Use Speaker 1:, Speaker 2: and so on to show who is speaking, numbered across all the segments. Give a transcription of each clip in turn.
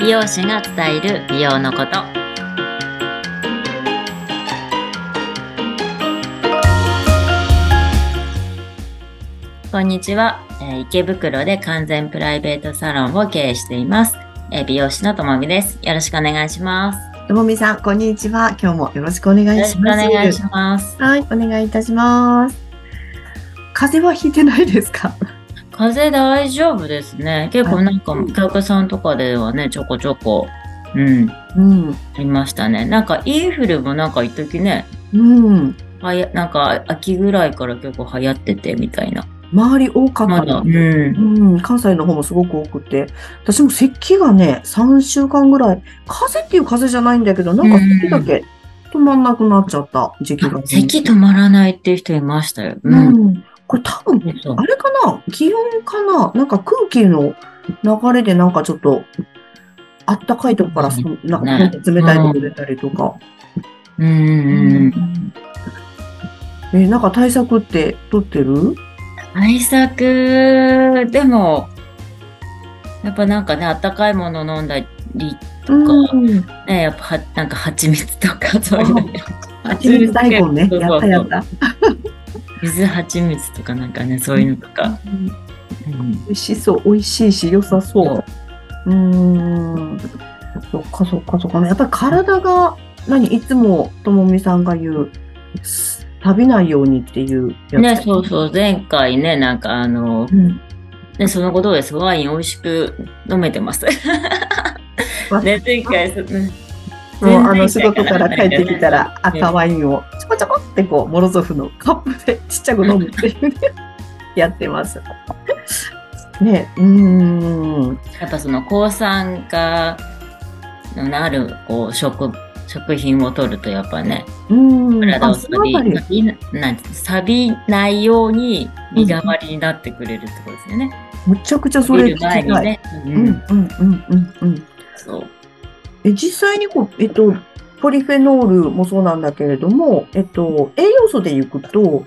Speaker 1: 美容師が伝える美容のことこんにちは、えー池袋で完全プライベートサロンを経営しています、えー美容師のともみですよろしくお願いします
Speaker 2: ともみさん、こんにちは。今日もよろしくお願
Speaker 1: よ
Speaker 2: い
Speaker 1: ろし
Speaker 2: し
Speaker 1: くお
Speaker 2: ます。
Speaker 1: 願いします
Speaker 2: はい、お願いいたします。風邪はひいてないですか。
Speaker 1: 風邪大丈夫ですね結構なんか
Speaker 2: はい
Speaker 1: お客さんとかではねちょこちょこうんあ
Speaker 2: うん、
Speaker 1: りましたねなんかインフルもなんか一時ね
Speaker 2: うん、
Speaker 1: はやなんか秋ぐらいから結構流行っててみたいな。
Speaker 2: 周り多かった
Speaker 1: まだ。
Speaker 2: な
Speaker 1: う。ん。
Speaker 2: うん、関西の方もすごく多くて、私も咳がね、3週間ぐらい、風邪っていう風邪じゃないんだけど、なんか咳だけ止まんなくなっちゃった時期が。
Speaker 1: 咳止まらないっていう人いましたよ。う。
Speaker 2: うんん。これ多分、
Speaker 1: そう
Speaker 2: あれかな気温かななんか空気の流れでなんかちょっと、あったかいとこからそ、なんか冷たいとこ出たりとか。
Speaker 1: うんうんうん。
Speaker 2: え、なんか対策って取ってる
Speaker 1: 対策、でも、やっぱなんかね、あったかいもの飲んだり、
Speaker 2: うん。
Speaker 1: ね、やっぱは、なんか蜂蜜とかそういうの。
Speaker 2: 蜂蜜大根ね。
Speaker 1: そう
Speaker 2: や
Speaker 1: そ
Speaker 2: っ
Speaker 1: うそ
Speaker 2: た
Speaker 1: う
Speaker 2: やった。
Speaker 1: 水蜂蜜とかなんかね、そういうのとか。
Speaker 2: うん
Speaker 1: うん。
Speaker 2: 美味しそう。美味しいし、良さそう。うーん。そっかそっかそっか。やっぱり体が、何いつもともみさんが言う、食べないようにっていうやつ。
Speaker 1: ね、そうそう、前回ね、なんかあの、
Speaker 2: うん。
Speaker 1: ね、その後どうですワイン美味しく飲めて ます。ね、前回、そね
Speaker 2: もう
Speaker 1: 全然
Speaker 2: あの仕
Speaker 1: 痛く
Speaker 2: 事
Speaker 1: な
Speaker 2: からら
Speaker 1: ない
Speaker 2: 帰ってきたら
Speaker 1: ね
Speaker 2: 赤ワインをちょこちょこってこうモロゾフのカップでちっちゃく飲むっていうね やってます。ねうーん
Speaker 1: やっぱその抗酸化のあるこう食食品を取るとやっぱね
Speaker 2: うん
Speaker 1: 体を
Speaker 2: あ
Speaker 1: 錆
Speaker 2: そのあた
Speaker 1: び
Speaker 2: り
Speaker 1: 錆びななんて錆びないように身代わりになってくれるってことですよね。
Speaker 2: むちゃくちゃそ
Speaker 1: 錆び
Speaker 2: れ
Speaker 1: る前に
Speaker 2: い。
Speaker 1: ね。う
Speaker 2: うんうん
Speaker 1: ん、
Speaker 2: うんうんうん。
Speaker 1: そう
Speaker 2: え実際にこうえっとポリフェノールもそうなんだけれどもえっと栄養素でいくと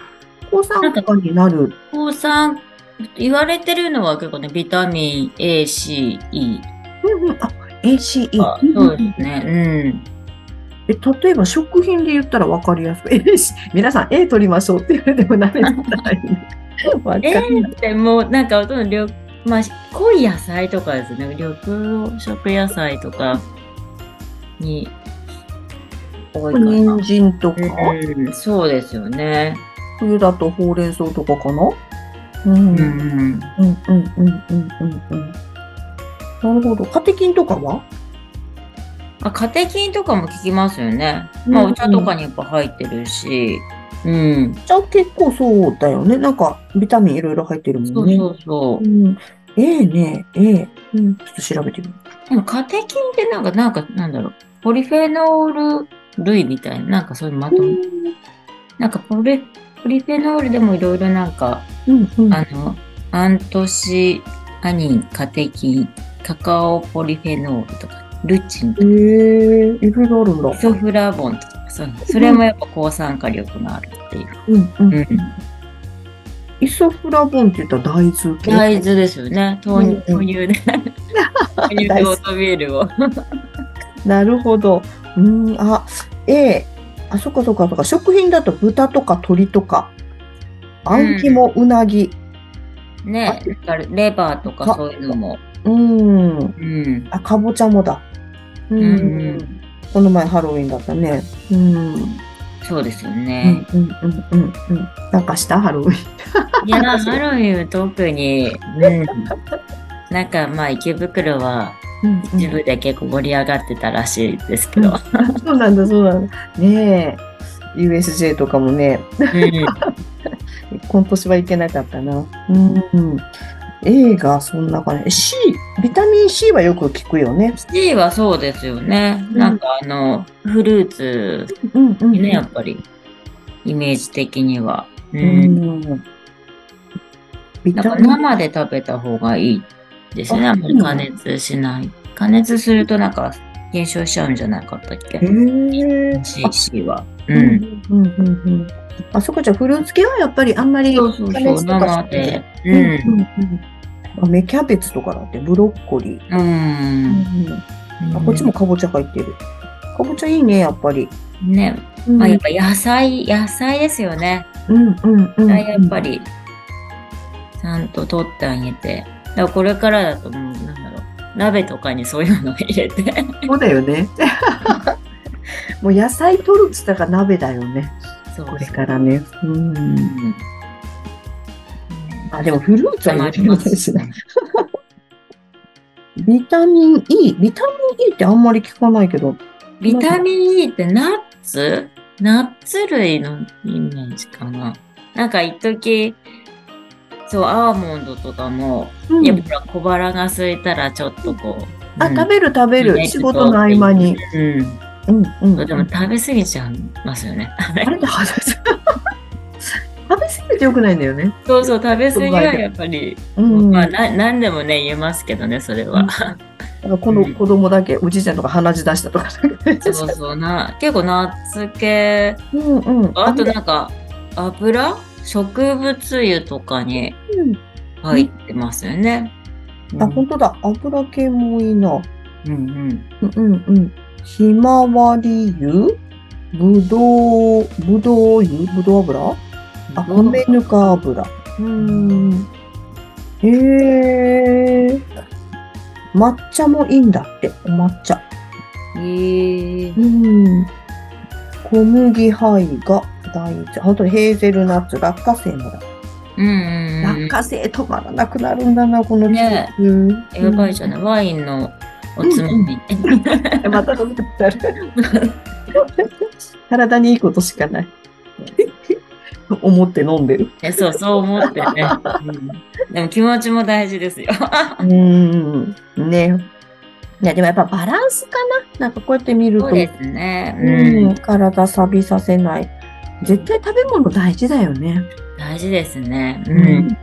Speaker 2: 抗酸化になる。
Speaker 1: 抗酸言われてるのは結構ねビタミン A、C、E
Speaker 2: うんうんあ ACE
Speaker 1: とか、そうですね。うん
Speaker 2: え例えば食品で言ったら分かりやすく「A し皆さん A 取りましょう」って言われても慣れた いね分か
Speaker 1: え
Speaker 2: る
Speaker 1: ーってもうなんかその緑、まあ、濃い野菜とかですね緑黄色野菜とかに多いかな、
Speaker 2: 人参とか
Speaker 1: うんそうですよね
Speaker 2: 冬だとほうれん草とかかなうんうん
Speaker 1: うん
Speaker 2: うんうんうんうんうんなるほどカテキンとかは
Speaker 1: あカテキンとかも効きますよね、
Speaker 2: うん
Speaker 1: まあお茶とかにやっぱ入ってるしうん、
Speaker 2: じゃあ結構そうだよねなんかビタミンいろいろ入ってる
Speaker 1: そ
Speaker 2: もん
Speaker 1: う
Speaker 2: ね
Speaker 1: そうそう、
Speaker 2: うん、A ね A、うん、ちょっと調べてみる
Speaker 1: でもカテキンってなんかなんかなんだろうポリフェノール類みたいななんかそういうまとめ、なんかポリポリフェノールでもいろいろなんか
Speaker 2: うんうん
Speaker 1: あの、アントシアニン、カテキン、カカオポリフェノールとか、ルチンと
Speaker 2: へえいろいろあるんだ
Speaker 1: か、イソフラボンとか、そうそれもやっぱ抗酸化力があるっていう。
Speaker 2: うんうん
Speaker 1: うん、
Speaker 2: イソフラボンって言ったら大豆系
Speaker 1: 大豆ですよね。豆乳
Speaker 2: うん
Speaker 1: 豆乳で。豆乳とオートミールを。
Speaker 2: なるほど。うーん、あ、A、あ、そっかそっかそっか。食品だと豚とか鶏とか、あん肝、うなぎ。
Speaker 1: ね、だからレバーとかそういうのも。
Speaker 2: うーん、
Speaker 1: うん。
Speaker 2: あ、かぼちゃもだ。うー、
Speaker 1: うんうん
Speaker 2: この前ハロウィンだったね。うーん、
Speaker 1: そうですよ
Speaker 2: うん
Speaker 1: ね。、
Speaker 2: うん、うん、うん、うん。なんかしたハロウィン。
Speaker 1: いや、ハロウィンは特に、うん。なんかまあ池袋は
Speaker 2: うん、
Speaker 1: 一部で結構盛り上がってたらしいですけど、
Speaker 2: そうなんだ、そうなんだ。ねえ、USJ とかもね、
Speaker 1: うん、
Speaker 2: 今年はいけなかったな。うん。A がそんな感じ。C、ビタミン C はよく聞くよね。
Speaker 1: C はそうですよね。
Speaker 2: うん
Speaker 1: なんかあの、フルーツ
Speaker 2: うんうん
Speaker 1: ね、やっぱり、イメージ的には。う。
Speaker 2: うんん。ビ
Speaker 1: なんか
Speaker 2: タミン
Speaker 1: 生で食べた方がいいですね。
Speaker 2: あ
Speaker 1: あんまり加熱しない。加熱するとなんか減少しちゃうんじゃなかったっけ
Speaker 2: へえ。
Speaker 1: ?C、C は。う。
Speaker 2: うんんうんうんうん。あそこじゃフルーツ系はやっぱりあんまり
Speaker 1: そうそう
Speaker 2: 加
Speaker 1: そう、
Speaker 2: 熱とか
Speaker 1: 生
Speaker 2: し
Speaker 1: で
Speaker 2: て。。
Speaker 1: う。
Speaker 2: うんんうんあ芽キャベツとかだってブロッコリー、
Speaker 1: うん。
Speaker 2: あこっちも。かぼちゃ入ってるかぼちゃいいねやっぱり、
Speaker 1: ね。
Speaker 2: うん
Speaker 1: まあやっぱ野菜、野菜ですよね。
Speaker 2: うんうんうん
Speaker 1: やっぱり、ちゃんと取ってあげて。だからこれからだともう、なんだろう。鍋とかにそういうのを入れて。
Speaker 2: そうだよねもう野菜取るっつったら鍋だよね
Speaker 1: そう
Speaker 2: これからねうん
Speaker 1: うん。
Speaker 2: あでもフルーツは
Speaker 1: 困
Speaker 2: 入
Speaker 1: り
Speaker 2: れ
Speaker 1: ま
Speaker 2: ないし
Speaker 1: す
Speaker 2: な。ビタミン E ビタミン E ってあんまり聞かないけど
Speaker 1: ビタミン E ってナッツナッツ類のイメージかな。なんか一時そう、アーモンドとかも、
Speaker 2: うん
Speaker 1: やっぱ小腹が空いたらちょっとこう。
Speaker 2: あ、
Speaker 1: うん
Speaker 2: 食べる食べ
Speaker 1: イメー
Speaker 2: る。
Speaker 1: ジ
Speaker 2: 仕事の合間に。
Speaker 1: うん。
Speaker 2: うんうん。
Speaker 1: でも食べ過ぎちゃいますよ ね。
Speaker 2: あれで話す食べ過ぎてよくないんだよね。
Speaker 1: そうそう、食べ過ぎはやっぱり、
Speaker 2: うん。
Speaker 1: まあ
Speaker 2: だか
Speaker 1: な、何でもね、言えますけどね、それは。
Speaker 2: らこの子供だけ、おじいちゃんとか鼻血出したとか。
Speaker 1: そうそうな、結構ナッツ系、
Speaker 2: うんうん。
Speaker 1: あとなんか、油植物油とかに
Speaker 2: うん
Speaker 1: 入ってますよね。うん、
Speaker 2: あ、本当だ。油系もいいな。
Speaker 1: うんうん。
Speaker 2: うんうんうん。ひまわり油ぶどう、ぶどう油ぶどう油あ、米ぬか油。うん。へえー。抹茶もいいんだって、お抹茶。
Speaker 1: えー、
Speaker 2: うん。小麦胚が大事。あとヘーゼルナッツ、落花生もだ。
Speaker 1: うんうんうん
Speaker 2: 落。花生止まらなくなるんだな、この季
Speaker 1: ね
Speaker 2: 節。うん
Speaker 1: やばいじゃない、ワインのおつまみ。
Speaker 2: ま た飲みたくなる。体にいいことしかない。思って飲んでる。
Speaker 1: えそう、そう思ってね、うんでも気持ちも大事ですよ。
Speaker 2: うん。ね。いや、でもやっぱバランスかな。なんかこうやって見る
Speaker 1: そ
Speaker 2: と
Speaker 1: う。ですね。
Speaker 2: う
Speaker 1: うん
Speaker 2: ん、体錆びさせない。絶対食べ物大事だよね。
Speaker 1: 大事ですね。う。
Speaker 2: うん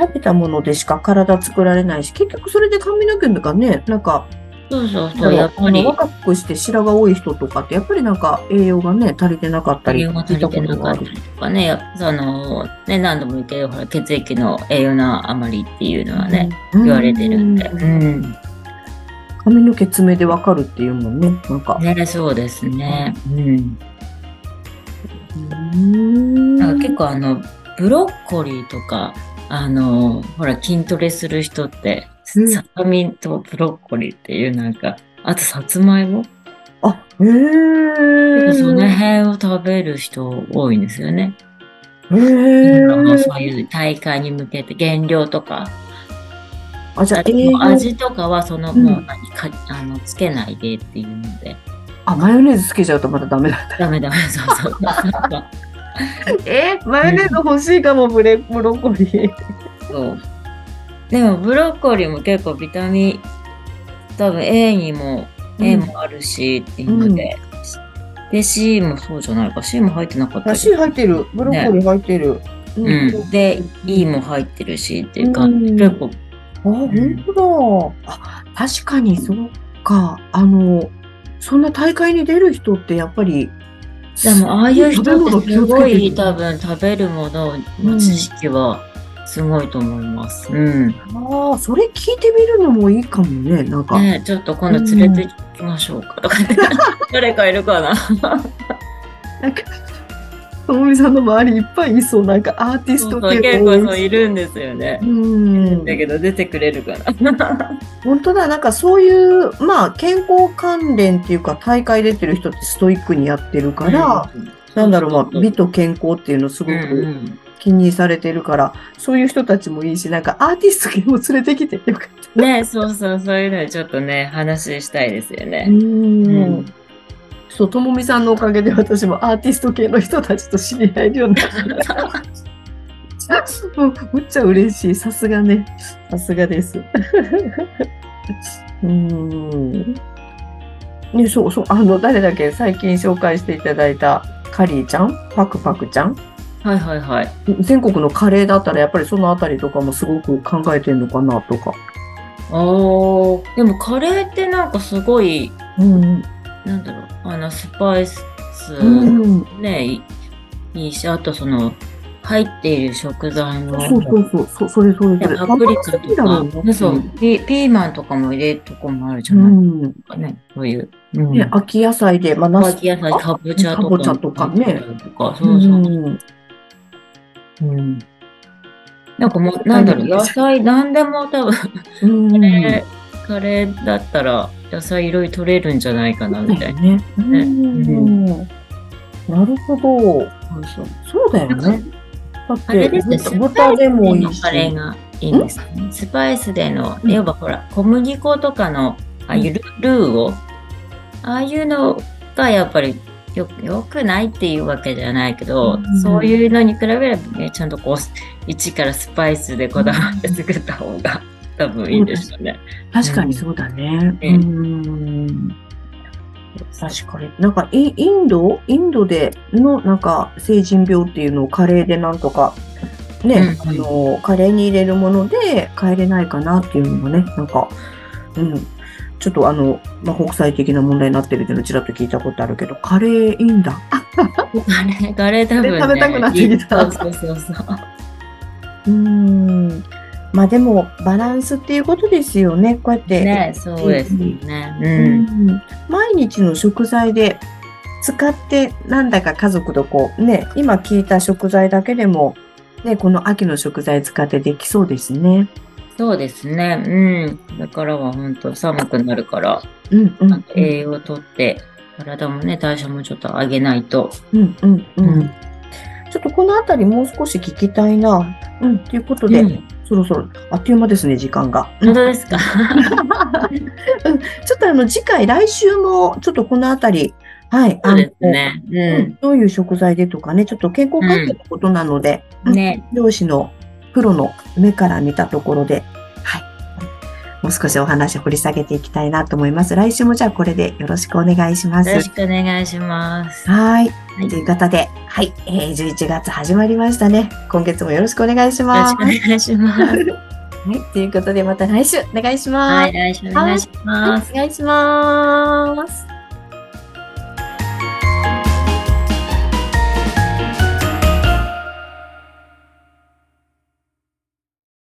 Speaker 2: 食べたものでしか体作られないし、結局それで髪の毛がね、なんか、
Speaker 1: そうそうそう、やっぱり。
Speaker 2: 若くして白が多い人とかって、やっぱりなんか栄養がね、足りてなかった
Speaker 1: 栄
Speaker 2: り、
Speaker 1: 養が足りてなかったりとかね、その、ね、何度も言ってるほら、血液の栄養の余りっていうのはね、
Speaker 2: うん
Speaker 1: 言われてるんで。
Speaker 2: う
Speaker 1: うん。
Speaker 2: 髪の毛爪でわかるっていうもんね、なんか。
Speaker 1: ね、そうですね。うん。
Speaker 2: うん
Speaker 1: なんか結構あの、ブロッコリーとか、あの、ほら、筋トレする人って、
Speaker 2: うん
Speaker 1: ささみんとブロッコリーっていうなんか、あとさつまいも、
Speaker 2: あ、へえ。
Speaker 1: その辺を食べる人多いんですよね。
Speaker 2: へ
Speaker 1: なんか
Speaker 2: え。
Speaker 1: そういう大会に向けて減量とか、
Speaker 2: あ、じゃあ、栄
Speaker 1: もう
Speaker 2: 養
Speaker 1: 味とかはその、
Speaker 2: うん
Speaker 1: もう何かあのつけないでっていうので、
Speaker 2: あ、マヨネーズつけちゃうとまたダメだ。
Speaker 1: ダメダメ、そうそうそう。
Speaker 2: えマヨネーズ欲しいかも、ブレ、ブロッコリー。
Speaker 1: そうでもブロッコリーも結構ビタミン、多分 A にも、A もあるしっていうので、で C もそうじゃないか、C も入ってなかった
Speaker 2: だ
Speaker 1: り
Speaker 2: し入ってる。ブロッコリー入ってる。
Speaker 1: うん、で、E も入ってるしっていうか、
Speaker 2: うん
Speaker 1: 結構、
Speaker 2: あ、本当だ。あ、確かにそうか。あの、そんな大会に出る人ってやっぱり、
Speaker 1: でもああいう人
Speaker 2: 食べ物
Speaker 1: っ
Speaker 2: 気
Speaker 1: てす
Speaker 2: をつけ
Speaker 1: ご
Speaker 2: てる
Speaker 1: い多分食べるものの知識はすごいと思います。うん。
Speaker 2: ああ、それ聞いてみるのもいいかもね。なんか、
Speaker 1: ねえちょっと今度連れて行きましょうかと かね誰かいるかな
Speaker 2: なんか、ともみさんの周りいっぱいいそう。なんかアーティス
Speaker 1: そ
Speaker 2: ト
Speaker 1: うそう
Speaker 2: 系
Speaker 1: 結
Speaker 2: 多い
Speaker 1: 構そういるんですよね
Speaker 2: う。ん。
Speaker 1: だけど出てくれるかな。
Speaker 2: 本当だ。なんかそういう、まあ、健康関連っていうか、大会出てる人ってストイックにやってるから、
Speaker 1: うん、
Speaker 2: なんだろう、まあ、
Speaker 1: ビ
Speaker 2: 美と健康っていうのすご
Speaker 1: うん
Speaker 2: く
Speaker 1: うん
Speaker 2: 気にされてるから、そういう人たちもいいし、なんかアーティスト系も連れてきてよかっ
Speaker 1: ねえそうそう、そういうのでちょっとね、話したいですよ
Speaker 2: た。
Speaker 1: ね。ん
Speaker 2: そう、ともみさんのおかげで私もアーティスト系の人たちと知り合えるようにな った。もうむっちゃ嬉しい。さすがね。さすが です。うん。ね、そうそう。あの、誰だっけ最近紹介していただいたカリーちゃんパクパクちゃん
Speaker 1: はいはいはい。
Speaker 2: 全国のカレーだったらやっぱりそのあたりとかもすごく考えてるのかなとか。
Speaker 1: おーでもカレーってなんかすごい、
Speaker 2: うん。
Speaker 1: なんだろう、あの、スパイス、
Speaker 2: うん。
Speaker 1: ねいいいし、あとその、入っている食材も、
Speaker 2: そうそうそう、そそれそれそれ。
Speaker 1: パプリカ
Speaker 2: 甘すぎ
Speaker 1: と
Speaker 2: だろうな
Speaker 1: か、そうピ、ピーマンとかも入れるとこもあるじゃ
Speaker 2: う
Speaker 1: ない
Speaker 2: ん。ね、
Speaker 1: ですかね。そういう。うん
Speaker 2: 秋野菜で、まあ、ナス
Speaker 1: 秋野菜、かぼちゃとか。
Speaker 2: かぼちゃとかね
Speaker 1: とかそうそう。
Speaker 2: うん
Speaker 1: うん。なんかもう、なんだろう、野菜、なんでも多分、
Speaker 2: うん。
Speaker 1: ねカレーだったら野菜いろいろ取れるんじゃないかな、みたいな。
Speaker 2: ね。うん。なるほど。そうだよね。だっ
Speaker 1: あれで
Speaker 2: て
Speaker 1: すね、ス、パ
Speaker 2: 豚
Speaker 1: イスで
Speaker 2: でもい
Speaker 1: の
Speaker 2: いし。
Speaker 1: カレーがいいんですね。スパイスでの、
Speaker 2: うん
Speaker 1: いわばほら、小麦粉とかの、ああいうルルーを、ああいうのがやっぱりよくよくないっていうわけじゃないけど、
Speaker 2: うん
Speaker 1: そういうのに比べればね、ちゃんとこう、一からスパイスでこだわって作った方 が多分いいですよね。
Speaker 2: 確かにそうだね。
Speaker 1: うん
Speaker 2: うん。確かに。なんかイ、インドインドでの、なんか、成人病っていうのをカレーでなんとか、ね、
Speaker 1: うん
Speaker 2: あの、カレーに入れるもので帰れないかなっていうのがね、なんか、うん。ちょっとあの、まあ、国際的な問題になってるっていうのちらっと聞いたことあるけど、カレーいいんだ。
Speaker 1: カレー、カレー多分、ね、
Speaker 2: 食べたくなってきた
Speaker 1: そうそうそうそう。
Speaker 2: うん。まあでも、バランスっていうことですよね。こうやって。
Speaker 1: ね、そうですよ
Speaker 2: う
Speaker 1: ね。
Speaker 2: ん毎日の食材で使ってなんだか家族とこうね今聞いた食材だけでも、ね、この秋の食材使ってできそうですね。
Speaker 1: うん、そうですね。うん。これからは本当寒くなるから、
Speaker 2: うんう
Speaker 1: なん
Speaker 2: ん
Speaker 1: か栄養をとって、体もね、代謝もちょっと上げないと。
Speaker 2: うんうんうん。ちょっとこのあたりもう少し聞きたいな。うん、ということで、
Speaker 1: うん
Speaker 2: そろそろあっという間ですね時間が。
Speaker 1: 本当ですか
Speaker 2: ちょっとあの次回来週もちょっとこのあたりはい
Speaker 1: そうですね。
Speaker 2: あのうん
Speaker 1: う
Speaker 2: どういう食材でとかねちょっと健康関係のことなので、
Speaker 1: ん。ね。
Speaker 2: 漁師のプロの目から見たところで、はい。もう少しお話掘り下げていきたいなと思います。来週もじゃあこれでよろしくお願いしま
Speaker 1: よろし
Speaker 2: す。
Speaker 1: くお願いします。
Speaker 2: はい
Speaker 1: い。
Speaker 2: という方で、はい、えー、11月始まりましたね。今月もよろしくお願いし
Speaker 1: よろ
Speaker 2: ま
Speaker 1: し
Speaker 2: す。
Speaker 1: くお願いします。
Speaker 2: はい、ということでまた来週お願いしま
Speaker 1: は
Speaker 2: す。
Speaker 1: い、来週お願いします。
Speaker 2: はいお願いします。